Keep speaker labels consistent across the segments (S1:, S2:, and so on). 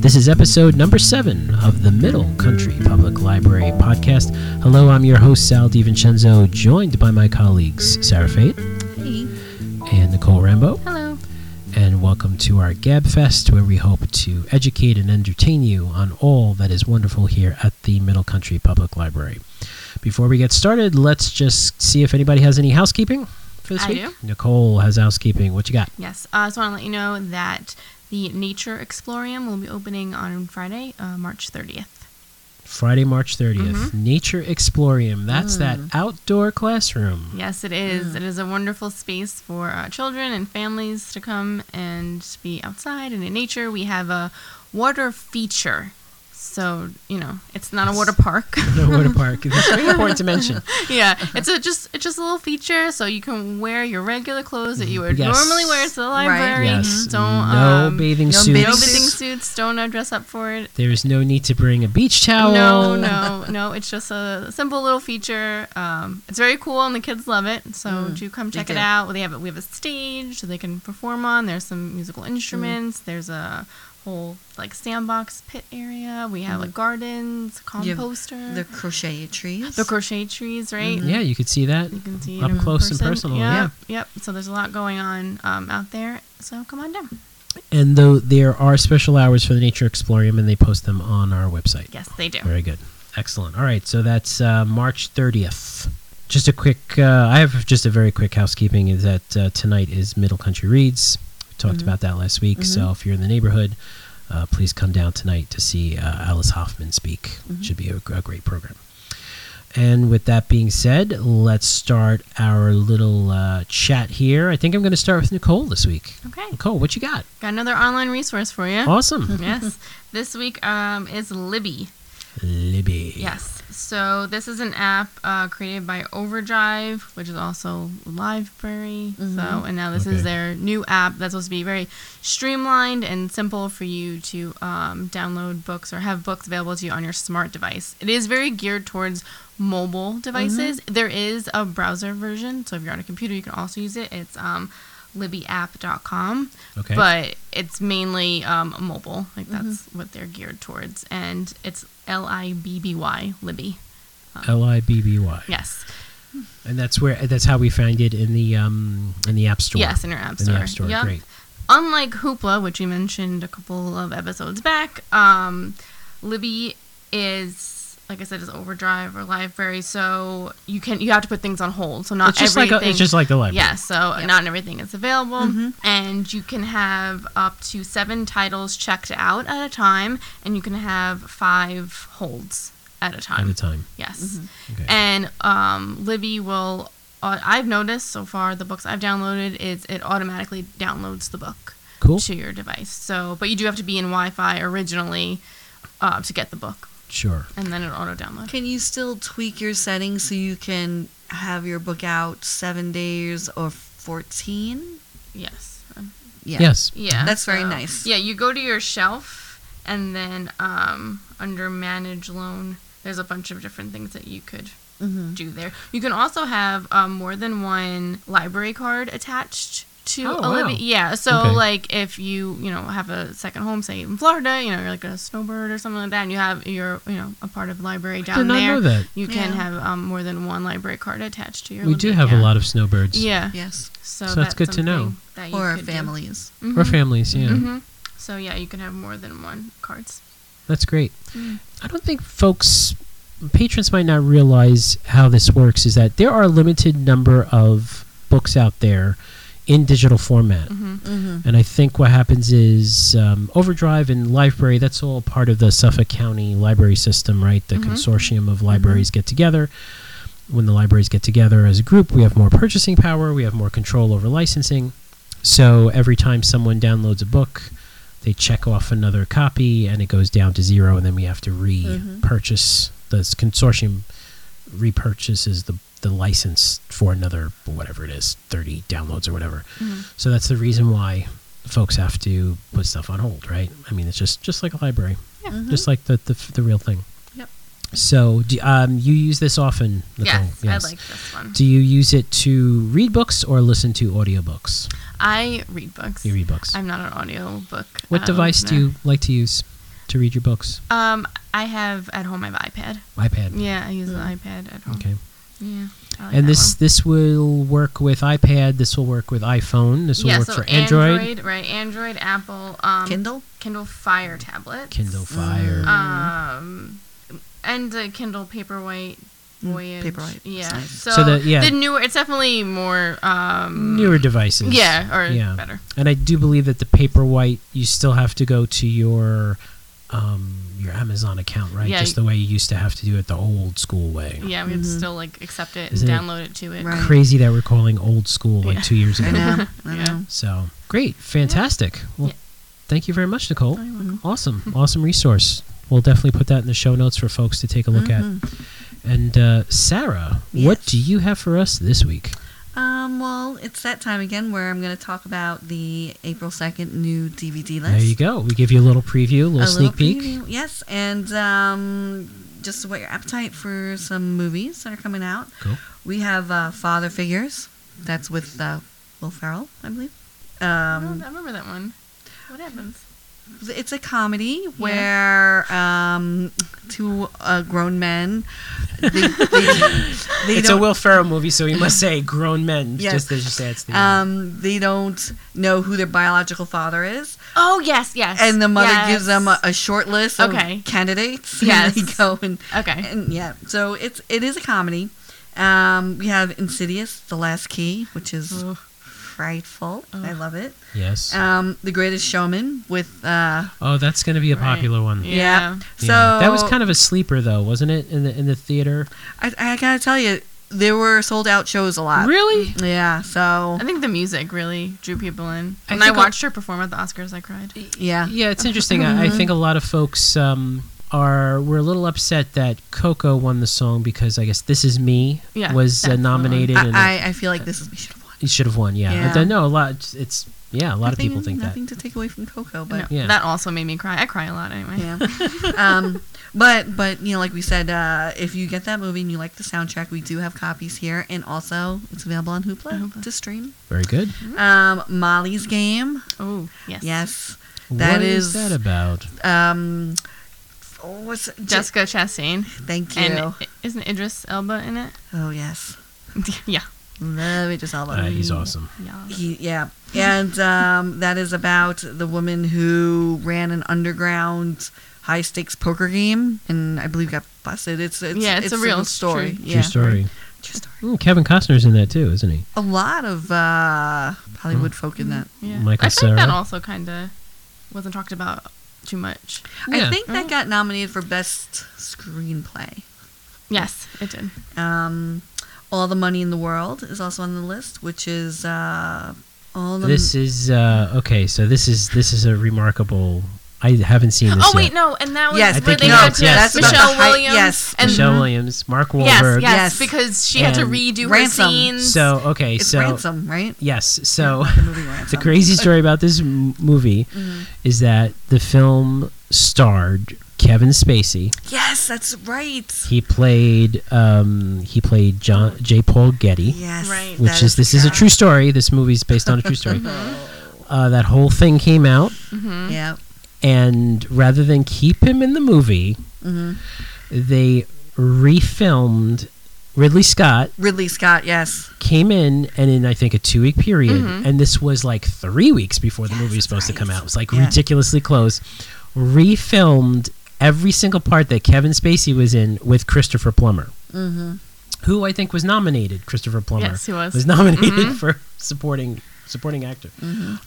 S1: This is episode number seven of the Middle Country Public Library podcast. Hello, I'm your host, Sal DiVincenzo, joined by my colleagues, Sarah Fate
S2: Hey.
S1: and Nicole Rambo.
S2: Hello.
S1: And welcome to our Gab Fest, where we hope to educate and entertain you on all that is wonderful here at the Middle Country Public Library. Before we get started, let's just see if anybody has any housekeeping for this
S2: I
S1: week.
S2: do.
S1: Nicole has housekeeping. What you got?
S2: Yes, uh, I just want to let you know that the Nature Explorium will be opening on Friday, uh, March 30th.
S1: Friday, March 30th,
S2: Mm-hmm.
S1: Nature Explorium. That's that
S2: Mm.
S1: outdoor classroom.
S2: Yes, it
S1: Mm.
S2: is. It is a wonderful space for uh, children and families to come and be outside and in nature. We have a water feature. So, you know, it's not a water park.
S1: No water park. It's very important to mention.
S2: yeah, it's a just it's just a little feature so you can wear your regular clothes that you would
S1: Yes.
S2: normally wear to the library.
S1: Yes.
S2: Don't
S1: no
S2: um,
S1: bathing
S3: no
S1: suits.
S2: no
S3: bathing
S2: bathing suits. Don't uh, dress up for it.
S1: There is no need to bring a beach towel.
S2: No, no, no. It's just a simple little feature. Um, it's very cool, and the kids love it. So
S1: Mm,
S2: do come check it
S3: do.
S2: out. They have we have a stage so they can perform on. There's some musical
S1: Mm.
S2: instruments. There's a whole like sandbox pit area. We have
S1: Mm.
S2: like gardens,
S3: You have
S2: composter,
S3: The crochet trees.
S2: the crochet trees, right?
S1: Mm, Yeah, you could see that.
S2: You can see it
S1: Up
S2: in
S1: close and
S2: person.
S1: personal,
S2: Yep, Yep. So there's a lot going on um, out there. So come on down.
S1: And though there are special hours for the Nature Explorium, and they post them on our website.
S2: Yes, they do.
S1: Very good. Excellent. All right. So that's uh, March 30th. Just a quick, uh, I have just a very quick housekeeping is that uh, tonight is Middle Country Reads. We talked about that last week. So if you're in the neighborhood, uh, please come down tonight to see uh, Alice Hoffman speak. Should be a, a great program. And with that being said, let's start our little uh, chat here. I think I'm going to start with Nicole this week.
S2: Okay.
S1: Nicole, what you got?
S2: Got another online resource for you.
S1: Awesome.
S2: yes. This week um, is Libby.
S1: Libby.
S2: Yes. So this is an app uh, created by Overdrive, which is also Liveberry. So and now this
S1: Okay.
S2: is their new app that's supposed to be very streamlined and simple for you to um, download books or have books available to you on your smart device. It is very geared towards mobile devices. There is a browser version, so if you're on a computer, you can also use it. It's um, libbyapp.com
S1: Okay.
S2: but it's mainly um, mobile. Like that's what they're geared towards, and it's L I B B Y Libby.
S1: L I B B Y.
S2: Yes,
S1: And that's where that's how we find it in the um in the app store.
S2: yes, in your app
S1: in
S2: store.
S1: the app store.
S2: Yep.
S1: Great.
S2: Unlike Hoopla, which we mentioned a couple of episodes back, um, Libby is like I said, is Overdrive or Library, so you can you have to put things on hold. So not
S1: It's just
S2: everything.
S1: like a, it's just like the library.
S2: Yeah, so not everything is available. And you can have up to seven titles checked out at a time, and you can have five holds at a
S1: At
S2: time.
S1: a time.
S2: Yes.
S1: Okay.
S2: Um, And um, Libby will, uh, I've noticed so far, the books I've downloaded is it automatically downloads the book
S1: cool.
S2: to your device. So, but you do have to be in Wi Fi originally uh, to get the book,
S1: Sure.
S2: and then it'll auto download.
S3: Can you still tweak your settings so you can have your book out seven days or 14?
S2: Yes.
S3: Yeah.
S1: Yes.
S2: Yeah.
S3: That's very nice.
S2: Yeah, you go to your shelf and then um, under manage loan, there's a bunch of different things that you could
S1: Mm-hmm.
S2: do there. You can also have um, more than one library card attached to
S1: Oh,
S2: a
S1: wow.
S2: Libby. Yeah, so
S1: Okay.
S2: like if you, you know, have a second home, say in Florida, you know, you're like a snowbird or something like that, and you have, you're, you know, a part of the library down
S1: did not
S2: there.
S1: know that.
S2: You can
S3: Yeah.
S2: have um, more than one library card attached to your
S1: We do
S2: Libby
S1: have a
S2: account.
S1: lot of snowbirds.
S2: Yeah.
S3: Yes.
S2: So,
S1: So that's good to know.
S2: something That you
S3: Or
S2: could do.
S3: families.
S1: Or families, yeah.
S2: hmm So yeah, you can have more than one cards.
S1: That's great.
S2: Mm-hmm.
S1: I don't think folks patrons might not realize how this works is that there are a limited number of books out there in digital format.
S3: Mm-hmm.
S1: And I think what happens is um, Overdrive and Library, that's all part of the Suffolk County library system, right? The consortium of libraries get together. When the libraries get together as a group, we have more purchasing power, we have more control over licensing. So every time someone downloads a book, they check off another copy and it goes down to zero, and then we have to repurchase. The consortium repurchases the, the license for another, whatever it is, 30 downloads or whatever.
S2: Mm-hmm.
S1: So that's the reason why folks have to put stuff on hold, right? I mean, it's just just like a library,
S2: Yeah.
S1: just like the, the the real thing.
S2: Yep.
S1: So, do, um, you use this often, Nicole?
S2: yes, I like this one.
S1: Do you use it to read books or listen to audiobooks?
S2: I read books.
S1: You read books.
S2: I'm not an audio book. uh,
S1: what device do you like to use to read your books?
S2: Um, I have at home. I have an iPad.
S1: iPad.
S2: Yeah, I use an iPad at home.
S1: Mm. Okay.
S2: Yeah. I like
S1: and
S2: that
S1: this
S2: one.
S1: this will work with iPad. This will work with iPhone. This will
S2: yeah,
S1: work
S2: so
S1: for Android,
S2: right? Android, Apple, um,
S3: Kindle?
S2: Kindle Fire tablet,
S1: Kindle Fire.
S2: um, and the Kindle Paperwhite. Voyage.
S3: Mm, Paperwhite.
S2: Yeah.
S3: It's nice.
S2: So,
S1: So the-
S2: the,
S1: yeah.
S2: newer, it's definitely more um,
S1: Newer devices.
S2: Yeah, or
S1: Yeah.
S2: better.
S1: And I do believe that the Paperwhite, you still have to go to your um, your Amazon account, right?
S2: Yeah,
S1: Just the way you used to have to do it the old school way.
S2: Yeah, we have to still like accept it and
S1: Isn't it
S2: download it to it.
S3: Right.
S1: Crazy that we're calling old school like
S2: Yeah.
S1: two years
S3: I
S1: ago.
S3: know. I
S2: Yeah.
S3: know.
S1: So great, fantastic. Well,
S2: Yeah.
S1: thank you very much, Nicole.
S2: Oh, you're welcome.
S1: Awesome, awesome resource. We'll definitely put that in the show notes for folks to take a look at. And uh, Sarah, what
S3: Mm-hmm. Yes.
S1: do you have for us this week?
S3: Um, well, it's that time again where I'm going to talk about the April 2nd new DVD list.
S1: There you go. We give you a little preview, a little
S3: A
S1: sneak peek.
S3: preview, Yes, and um, just what your appetite for some movies that are coming out.
S1: Cool.
S3: We have uh, Father Figures. That's with uh, Will Ferrell, I believe.
S2: Oh, I
S3: Um,
S2: don't- I remember that one. What happens?
S3: it's a comedy where um, two uh, grown men. They, they, they
S1: it's a
S3: don't-
S1: Will Ferrell movie, so we must say grown men.
S3: Yes.
S1: Just as you say, it's the
S3: Um, they don't know who their biological father is,
S2: Oh yes, yes.
S3: and the mother
S2: Yes.
S3: gives them a, a short list of
S2: Okay.
S3: candidates.
S2: Yes.
S3: and they go and
S2: okay.
S3: and yeah, so it's it is a comedy. Um, we have Insidious, The Last Key, which is
S2: Ugh.
S3: frightful. I love it.
S1: yes.
S3: Um, the Greatest Showman with uh,
S1: oh, that's going to be a
S2: Right.
S1: popular one.
S2: Yeah.
S3: yeah. So
S1: Yeah. that was kind of a sleeper, though, wasn't it? In the in the theater,
S3: I, I gotta tell you, there were sold out shows a lot.
S1: really?
S3: Yeah. So
S2: I think the music really drew people in.
S1: I
S2: When I,
S1: think a-
S2: watched her perform at the Oscars, I cried.
S3: yeah. Mm-hmm.
S1: Yeah, it's interesting. I, I think a lot of folks um, are were a little upset that Coco won the song because I guess "This Is Me"
S2: Yeah,
S1: was uh,
S2: that's the one.
S1: nominated and it,
S3: I, I, I feel like this is we should have won.
S1: it should have won. Yeah,
S3: Yeah.
S1: But then, no, a lot. It's, it's- yeah, a lot of people think that.
S3: nothing to take away from Coco, but
S2: No,
S1: Yeah.
S2: That also made me cry. I cry a lot anyway.
S3: yeah. um, but but you know, like we said, uh, if you get that movie and you like the soundtrack, we do have copies here, and also it's available on Hoopla,
S2: Hoopla.
S3: to stream.
S1: Very good.
S3: Um, Molly's Game,
S2: Oh yes.
S3: yes,
S1: what
S3: That
S1: is,
S3: is-
S1: that about?
S3: um, oh, what's it? J-
S2: Jessica Chastain
S3: Thank you.
S2: and i- isn't Idris Elba in it?
S3: oh yes,
S2: yeah.
S3: love it, just all
S1: Uh, he's awesome.
S2: Yeah.
S3: He, yeah, and um, that is about the woman who ran an underground high stakes poker game, and I believe got busted. It's, it's
S2: Yeah, it's a real
S3: story.
S2: true-
S3: Yeah.
S1: True story.
S3: True story.
S1: Mm, Kevin Costner's in that too, isn't he?
S3: a lot of uh,
S1: Mm.
S3: Hollywood folk in that.
S2: Yeah.
S1: Michael
S2: I think that
S1: Cera.
S2: also kind of wasn't talked about too much.
S1: Yeah.
S3: I think that
S2: Mm.
S3: got nominated for best screenplay.
S2: Yes, it did.
S3: Um, All the Money in the World is also on the list, which is uh, all the
S1: This is uh, okay. So this is this is a remarkable. I haven't seen this.
S2: Oh
S1: yet.
S2: wait, no, and that was
S3: Yes,
S1: I
S2: where
S1: think
S2: they
S1: you know,
S2: had to
S1: yes. That's about
S2: Michelle
S3: the height-
S2: Williams
S3: yes.
S2: and
S1: Michelle Williams, Mark
S2: yes, yes,
S1: Wahlberg.
S3: Yes.
S2: because she had to
S1: And
S2: redo
S3: Ransom.
S2: her scenes.
S1: So okay,
S3: it's
S1: so
S3: Ransom, right?
S1: yes, so
S3: The movie Ransom. Mm-hmm.
S1: the crazy story about this m- movie is that the film starred Kevin Spacey.
S3: Yes, that's right.
S1: He played um, he played John J. Paul Getty,
S3: Yes,
S2: Right.
S1: which
S3: that
S1: is this is a
S3: correct.
S1: true story. This movie is based on a true story. uh, that whole thing came out,
S2: Mm-hmm.
S3: Yeah.
S1: and rather than keep him in the movie,
S3: hmm
S1: they refilmed. Ridley Scott
S3: Ridley Scott. Yes.
S1: came in and in I think a two week period,
S2: Mhm.
S1: and this was like three weeks before the
S3: Yes,
S1: movie was
S3: that's
S1: supposed to
S3: right.
S1: come out. It was like
S3: Yeah.
S1: ridiculously close. Refilmed every single part that Kevin Spacey was in with Christopher Plummer,
S3: Mm-hmm.
S1: who I think was nominated. Christopher Plummer
S2: yes, he was.
S1: was nominated for supporting supporting actor.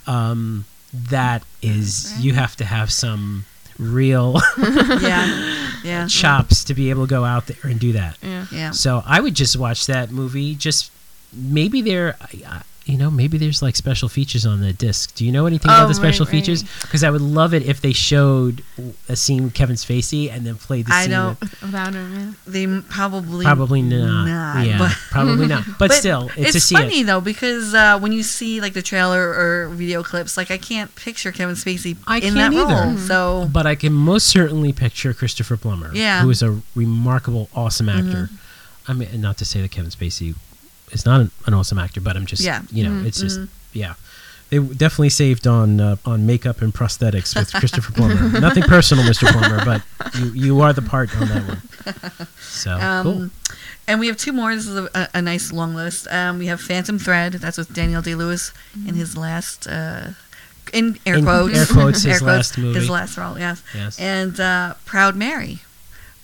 S1: Um, that is, you have to have some real
S3: Yeah. Yeah.
S1: chops to be able to go out there and do that.
S2: yeah.
S3: Yeah.
S1: So I would just watch that movie. Just maybe there, I, you know, maybe there's like special features on the disc. Do you know anything about
S2: Oh,
S1: the special
S2: right, right.
S1: features? Because I would love it if they showed a scene with Kevin Spacey and then played the
S3: I
S1: scene.
S3: don't-
S1: with-
S2: Without him,
S3: They m- probably
S1: probably not. yeah,
S3: but-
S1: probably not. But,
S3: But
S1: still, it's,
S3: it's
S1: to see
S3: funny
S1: it.
S3: though because uh, when you see like the trailer or video clips, like I can't picture Kevin Spacey
S1: I
S3: in that
S1: can't either.
S3: role.
S1: Mhm.
S3: So
S1: But I can most certainly picture Christopher Plummer,
S3: Yeah. Mm-hmm.
S1: who is a remarkable, awesome actor. I mean, and not to say that Kevin Spacey is not an, an awesome actor, but I'm just,
S3: Yeah. Mm-hmm.
S1: you know,
S2: Mhm.
S1: it's just, yeah. They w- definitely saved on uh, on makeup and prosthetics with Christopher Plummer. Nothing personal, Mr. Plummer, but you, you are the part on that one. So
S3: Um,
S1: Oh, cool.
S3: And we have two more. This is a, a, a nice long list. Um, we have Phantom Thread. That's with Daniel Day Lewis in his last, uh, in air
S1: In
S3: quotes,
S1: air quotes, his last movie.
S3: his last role. Yes.
S1: Yes.
S3: And uh, Proud Mary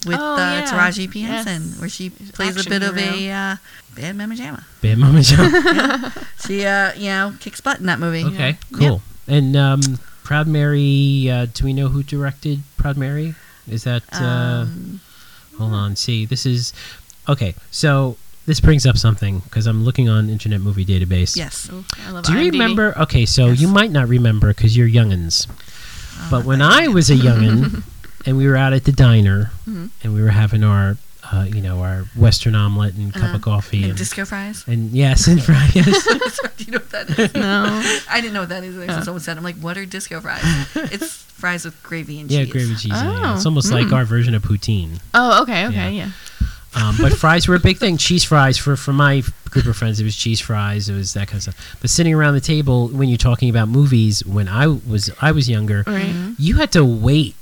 S3: with
S2: Oh,
S3: uh,
S2: yeah.
S3: Taraji P Henson,
S2: Yes.
S3: where she plays a
S2: Action
S3: bit of a
S2: hero.
S3: uh, bad mama jamma.
S1: Bad Mama Jump.
S3: She, uh, you know, kicks butt in that movie.
S1: Okay,
S3: Yeah.
S1: cool. And um, Proud Mary, uh, do we know who directed Proud Mary? Is that. Uh,
S3: Um,
S1: Hold on. See, this is okay. So this brings up something because I'm looking on Internet Movie Database.
S3: yes.
S2: Ooh, I love
S1: Do you
S2: IMDb.
S1: remember? Okay, so
S3: Yes. Oh,
S1: you might not remember because you're youngins. but when I was a youngin, and we were out at the diner,
S2: Mhm.
S1: and we were having our, uh, you know, our Western omelet and cup
S3: Uh-huh.
S1: of coffee,
S3: And
S1: and,
S3: Disco Fries.
S1: and yes, and fries.
S3: Sorry, Do you know what that is?
S2: No.
S3: I didn't know what that is. until
S1: Uh.
S2: Yeah.
S3: Someone said, "I'm like, what are disco fries? it's fries with gravy and
S1: yeah,
S3: cheese."
S1: gravy cheese. on it.
S2: Oh,
S1: It's almost like
S3: hmm.
S2: mm.
S1: our version of poutine.
S2: Oh, okay, okay,
S1: Yeah.
S2: yeah.
S1: Um, but fries were a big thing. Cheese fries for for my group of friends, it was cheese fries. It was that kind of stuff. But sitting around the table when you're talking about movies, when I was I was younger,
S2: Right.
S1: you had to wait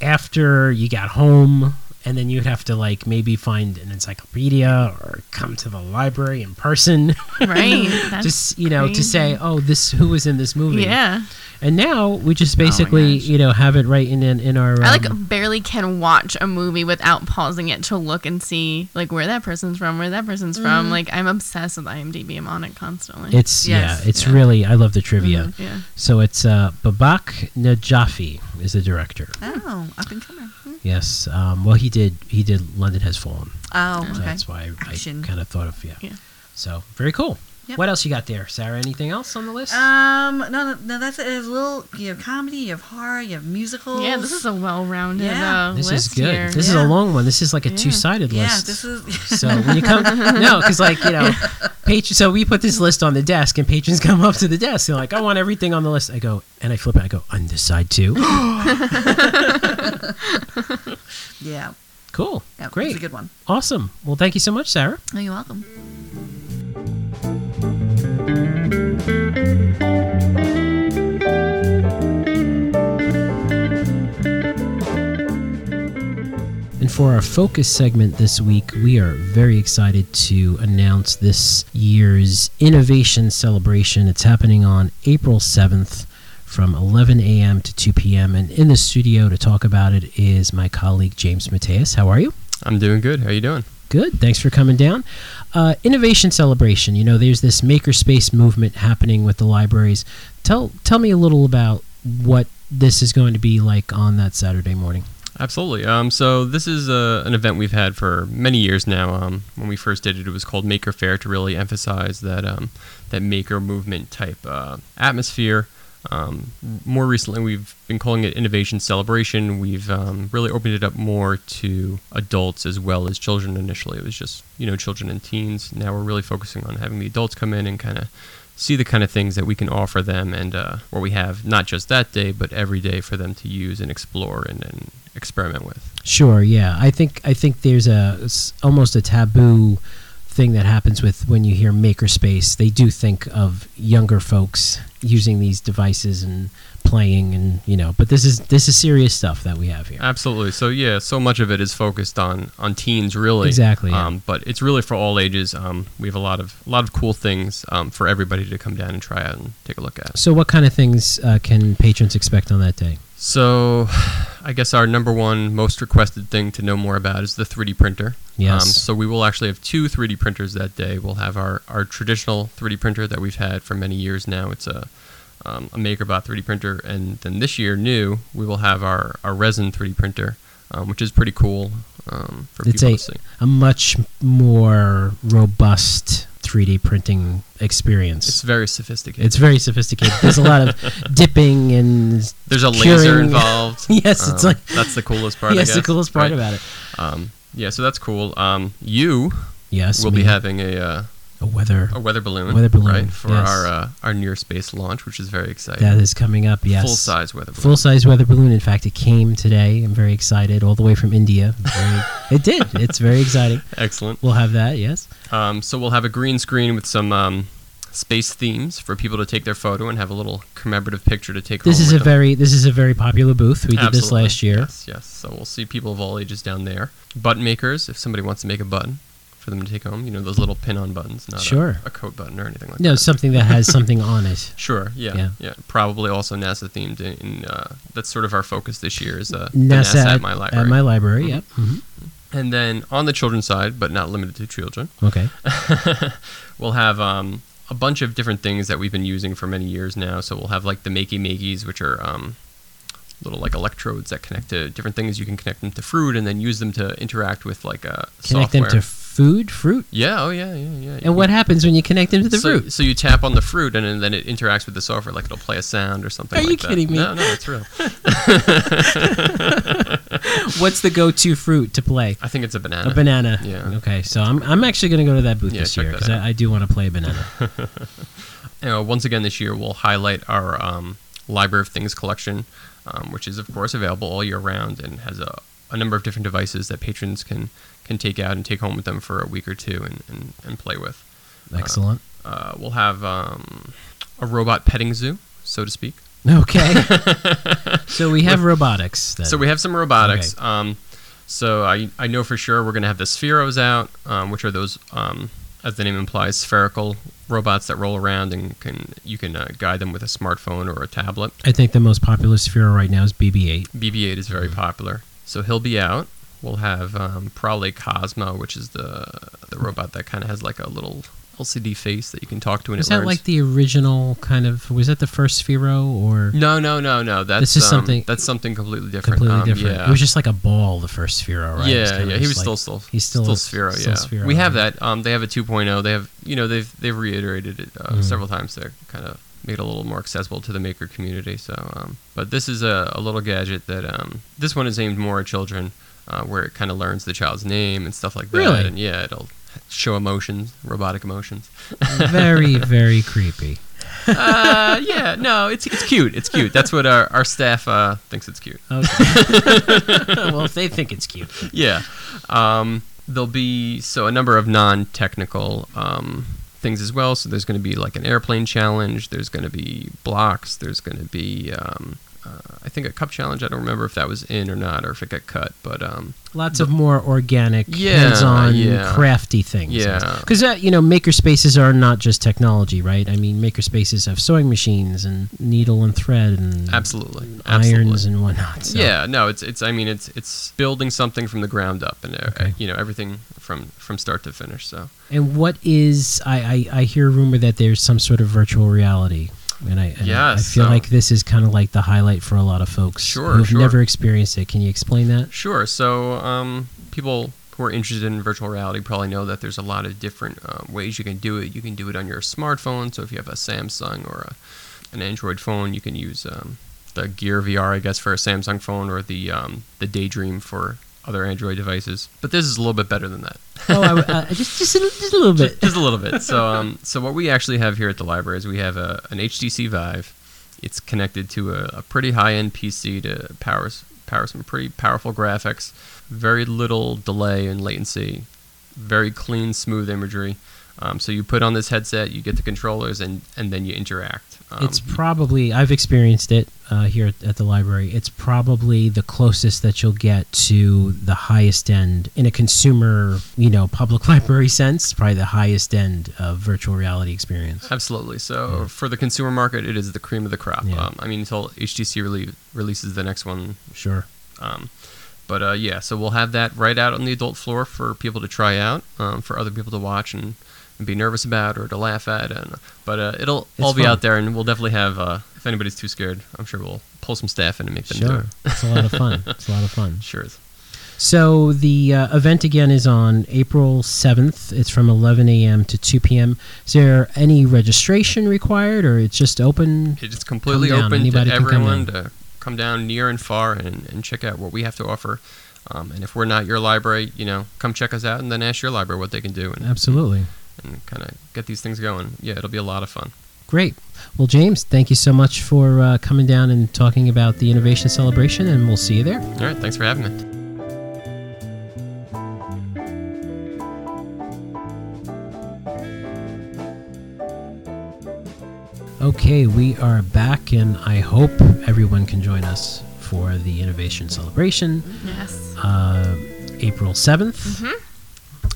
S1: after you got home, and then you'd have to like maybe find an encyclopedia or come to the library in person,
S2: Mm-hmm. Right. That's
S1: just you know, to
S2: crazy.
S1: say, oh, this who was in this movie.
S2: Yeah.
S1: And now we just basically
S3: gosh.
S1: you know have it right in in, in our.
S2: I like
S1: um,
S2: barely can watch a movie without pausing it to look and see like where that person's from, where that person's from. Like I'm obsessed with IMDb. I'm on it constantly.
S1: Mm-hmm. it's
S3: Yes.
S1: yeah, it's
S2: Yeah.
S1: really I love the trivia.
S2: yeah.
S1: So it's uh, Babak Najafi is the director.
S3: Oh, up and coming.
S1: Yes. Um, well, he did. He did. London has fallen.
S3: Oh,
S1: So
S3: okay.
S1: that's why I,
S3: Action.
S1: kind of thought of yeah.
S2: Yeah.
S1: So very cool.
S3: Yep.
S1: What else you got there, Sarah? Anything else on the list?
S3: Um, no, no, no, that's it. It's a little. You have comedy. You have horror. You have musicals.
S2: Yeah, this is a well-rounded
S3: Yeah.
S2: uh,
S1: this is
S2: list
S1: good.
S2: here.
S1: This
S3: Yeah.
S1: is a long one. This is like a
S2: Yeah.
S1: two-sided
S3: Yeah,
S1: list.
S3: this is.
S1: so when you come, no, because like you know, patron. So we put this list on the desk, and patrons come up to the desk. They're like, "I want everything on the list." I go and I flip it. I go on this side too.
S3: Yeah.
S1: cool.
S3: yeah
S1: Great.
S3: It's a good one.
S1: Awesome. Well, thank you so much, Sarah.
S3: Oh, you're welcome.
S1: And for our focus segment this week, we are very excited to announce this year's Innovation Celebration. It's happening on April 7th from 11 a.m. to 2 p.m. And in the studio to talk about it is my colleague James Mateus. How are you?
S4: I'm doing good. How you doing?
S1: Good. Thanks for coming down. Uh, innovation celebration. You know, there's this makerspace movement happening with the libraries. Tell tell me a little about what this is going to be like on that Saturday morning.
S4: Absolutely. Um, so this is uh an event we've had for many years now. Um, when we first did it, it was called Maker Fair to really emphasize that um, that maker movement type uh, atmosphere. Um, more recently, we've been calling it Innovation Celebration. We've um, really opened it up more to adults as well as children. Initially, it was just you know children and teens. Now we're really focusing on having the adults come in and kind of see the kind of things that we can offer them and uh, what we have not just that day but every day for them to use and explore and, and experiment with.
S1: Sure. Yeah. I think I think there's a it's almost a taboo thing that happens with when you hear makerspace. They do think of younger folks using these devices and playing, and you know. But this is this is serious stuff that we have here.
S4: Absolutely. So yeah, so much of it is focused on on teens really.
S1: Exactly, yeah.
S4: Um, but it's really for all ages. Um, we have a lot of a lot of cool things um, for everybody to come down and try out and take a look at.
S1: So, what kind of things uh, can patrons expect on that day?
S4: So, I guess our number one most requested thing to know more about is the 3D printer. Um,
S1: Yes.
S4: so we will actually have two 3D printers that day. We'll have our, our traditional 3D printer that we've had for many years now. It's a um, a MakerBot 3D printer, and then this year, new, we will have our, our resin 3D printer, um, which is pretty cool um, for
S1: It's
S4: people
S1: a-
S4: to see.
S1: A much more robust 3D 3D printing experience.
S4: It's
S1: It's,
S4: very sophisticated.
S1: very sophisticated. There's a lot of dipping and
S4: There's a laser
S1: curing-
S4: involved. Um,
S1: Yes, it's like-
S4: that's the coolest Uh, part. I
S1: yes, the
S4: guess,
S1: coolest part
S4: right?
S1: about it.
S4: Um, yeah, so that's cool. Um, you
S1: Yes,
S4: will
S1: me,
S4: be having a uh,
S1: a weather
S4: a weather balloon,
S1: Weather balloon,
S4: right, for
S1: yes.
S4: our uh, our near space launch, which is very exciting.
S1: that is coming up. Yes,
S4: Full size weather balloon.
S1: Full size weather balloon. In fact, it came today. I'm very excited, all the way from India. Very- it did. It's very exciting.
S4: Excellent.
S1: We'll have that. Yes.
S4: Um, so we'll have a green screen with some um, space themes for people to take their photo and have a little commemorative picture to take.
S1: This
S4: home
S1: is a
S4: with them.
S1: very this is a very popular booth. We did this
S4: Absolutely.
S1: last year.
S4: Yes, yes. So we'll see people of all ages down there. Button makers, if somebody wants to make a button for them to take home, you know those little pin-on buttons, not a-
S1: Sure.
S4: a, coat button or anything like
S1: No,
S4: that.
S1: something that has something on it.
S4: Sure. Yeah.
S1: Yeah.
S4: Yeah. Probably also NASA themed. In, in uh, that's sort of our focus this year is uh, the
S1: NASA,
S4: at my library.
S1: At my library.
S4: Mhm.
S1: Yep. Mhm.
S4: and then on the children's side, but not limited to children,
S1: Okay.
S4: we'll have um, a bunch of different things that we've been using for many years now. So we'll have like the makey makeys, which are um, little like electrodes that connect to different things. You can connect them to fruit and then use them to interact with like uh,
S1: Connect
S4: software.
S1: them to food, fruit.
S4: yeah. Oh yeah. Yeah. Yeah.
S1: And what happens when you connect them to the
S4: so,
S1: fruit?
S4: So you tap on the fruit, and, then- then it interacts with the software. Like it'll play a sound or something.
S1: Are you
S4: like that.
S1: kidding me?
S4: No, no, it's real.
S1: What's the go-to fruit to play?
S4: I think it's a banana.
S1: A banana.
S4: Yeah.
S1: Okay. So I'm, I'm actually going to go to that booth
S4: Yeah,
S1: this
S4: check
S1: year
S4: that
S1: because
S4: out.
S1: I, I do want to play a banana.
S4: Uh, once again, this year we'll highlight our um, Library of Things collection, um, which is of course available all year round and has a, a number of different devices that patrons can can take out and take home with them for a week or two and, and, and play with.
S1: Excellent.
S4: Uh, we'll have um, a robot petting zoo, so to speak.
S1: Okay. so we have robotics. Then.
S4: So we have some robotics.
S1: Okay.
S4: Um, so I, I know for sure we're going to have the Spheros out, um, which are those, um, as the name implies, spherical robots that roll around and can you can uh, guide them with a smartphone or a tablet.
S1: I think the most popular sphere right now is BB-8.
S4: BB-8 is very popular, so he'll be out. We'll have um, probably Cosmo, which is the the robot that kind of has like a little LCD face that you can talk to and
S1: Is
S4: it
S1: that
S4: learns.
S1: like the original kind of? Was that the first Sphero or
S4: no, no, no, no. That's
S1: This is
S4: um,
S1: something-
S4: that's something completely different.
S1: completely
S4: Um,
S1: different?
S4: Yeah.
S1: It was just like a ball, the first Sphero, right? It was
S4: yeah,
S1: kinda
S4: yeah, he
S1: just
S4: was
S1: like-
S4: still still
S1: he's still
S4: still
S1: a-
S4: Sphero.
S1: still
S4: yeah,
S1: Sphero,
S4: we have
S1: right.
S4: that. Um, they have a 2.0. They have you know they've they've reiterated it
S1: Mm-hmm.
S4: uh, several times. They're kind of made it a little more accessible to the maker community. So, um, but this is a, a little gadget that um, this one is aimed more at children, uh, where it kind of learns the child's name and stuff like that.
S1: Really?
S4: And yeah, it'll show emotions, robotic emotions.
S1: very, very creepy.
S4: uh, yeah, no, it's it's cute. It's cute. That's what our our staff uh, thinks it's cute.
S1: Okay. well, if they think it's cute,
S4: yeah. Um, there'll be so a number of non-technical um, things as well. So there's going to be like an airplane challenge. There's going to be blocks. There's going to be um, uh, I think a cup challenge. I don't remember if that was in or not, or if it got cut. But um,
S1: lots of more organic,
S4: Yeah,
S1: hands-on,
S4: yeah.
S1: crafty things.
S4: Yeah.
S1: because uh, you know, maker spaces are not just technology, right? I mean, maker spaces have sewing machines and needle and thread and
S4: absolutely, absolutely.
S1: irons and whatnot. so-
S4: Yeah, no, it's it's. I mean, it's it's building something from the ground up, and uh,
S1: Okay.
S4: you know everything from from start to finish. So
S1: And what is I, I I hear a rumor that there's some sort of virtual reality, and I and I- I
S4: Yes,
S1: feel
S4: so-
S1: like this is kind of like the highlight for a lot of folks
S4: Sure,
S1: who've
S4: sure.
S1: never experienced it. Can you explain that?
S4: Sure. So um, people who are interested in virtual reality probably know that there's a lot of different uh, ways you can do it. You can do it on your smartphone. So if you have a Samsung or a, an Android phone, you can use um, the Gear VR, I guess, for a Samsung phone, or the um, the Daydream for other Android devices. But this is a little bit better than that
S1: oh, I, uh, just just a, just a little bit.
S4: just a little bit. So, um, so what we actually have here at the library is we have a, an HTC Vive. It's connected to a, a pretty high-end PC to power s- power some pretty powerful graphics. Very little delay and latency. Very clean, smooth imagery. Um, so you put on this headset, you get the controllers, and and then you interact. Um,
S1: It's probably I've experienced it uh, here at, at the library. It's probably the closest that you'll get to the highest end in a consumer, you know, public library sense. Probably the highest end of virtual reality experience.
S4: Absolutely. So for the consumer market, it is the cream of the crop.
S1: Yeah.
S4: Um, I mean, until HTC rele- releases the next one
S1: Sure.
S4: Um, but uh, yeah, so we'll have that right out on the adult floor for people to try out, um, for other people to watch and, and be nervous about or to laugh at. And but uh, it'll
S1: It's
S4: all be
S1: fun.
S4: out there, and we'll definitely have. Uh, if anybody's too scared, I'm sure we'll pull some staff in and make them do
S1: Sure.
S4: it.
S1: It's a lot of fun. It's a lot of fun.
S4: Sure.
S1: So the uh, event again is on April 7th. It's from 11 a.m. to 2 p.m. Is there any registration required or it's just open?
S4: It's completely
S1: Come down.
S4: open
S1: Anybody
S4: to
S1: can come
S4: everyone
S1: down.
S4: to come down near and far and, and check out what we have to offer. Um, and if we're not your library, you know, come check us out and then ask your library what they can do and,
S1: Absolutely.
S4: and kind of get these things going. Yeah, it'll be a lot of fun.
S1: Great. Well, James, thank you so much for uh, coming down and talking about the Innovation Celebration, and we'll see you there.
S4: All right, thanks for having me.
S1: Okay, we are back, and I hope everyone can join us for the Innovation Celebration,
S2: Yes.
S1: uh, April 7th.
S3: Mm-hmm.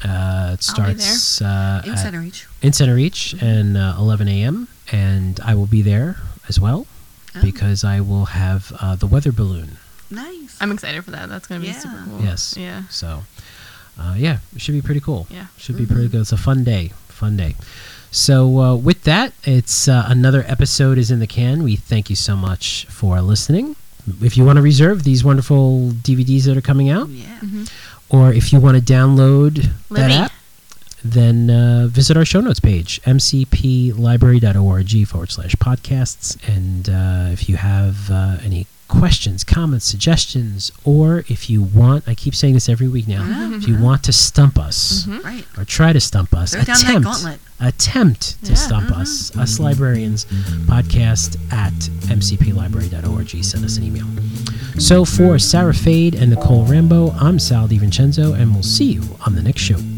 S1: Uh, it
S2: I'll be
S1: starts uh,
S3: In
S1: at
S3: center reach.
S1: in Center Reach and uh, 11 a.m. and I will be there as well
S3: Oh.
S1: because I will have uh, the weather balloon.
S3: Nice.
S2: I'm excited for that. That's going to be
S3: Yeah.
S2: super cool.
S1: Yes.
S2: Yeah.
S1: So, uh, yeah, it should be pretty cool.
S2: Yeah. Mm-hmm.
S1: should be pretty good. It's a fun day. Fun day. So uh, with that, it's uh, another episode is in the can. We thank you so much for listening. If you want to reserve these wonderful DVDs that are coming out,
S3: yeah.
S1: Mm-hmm. or if you want to download that
S2: Libby.
S1: app, then uh, visit our show notes page, mcplibrary.org forward slash podcasts. And uh, if you have uh, any questions, comments, suggestions, or if you want, I keep saying this every week now, if you want to stump us
S3: Right.
S1: or try to stump us,
S3: Throw down that
S1: attempt,
S3: gauntlet. mm-hmm.
S1: attempt to
S2: Yeah.
S1: stump us, us librarians, podcast at mcplibrary.org. Send us an email. So for Sarah Fade and Nicole Rambo, I'm Sal DiVincenzo, and we'll see you on the next show.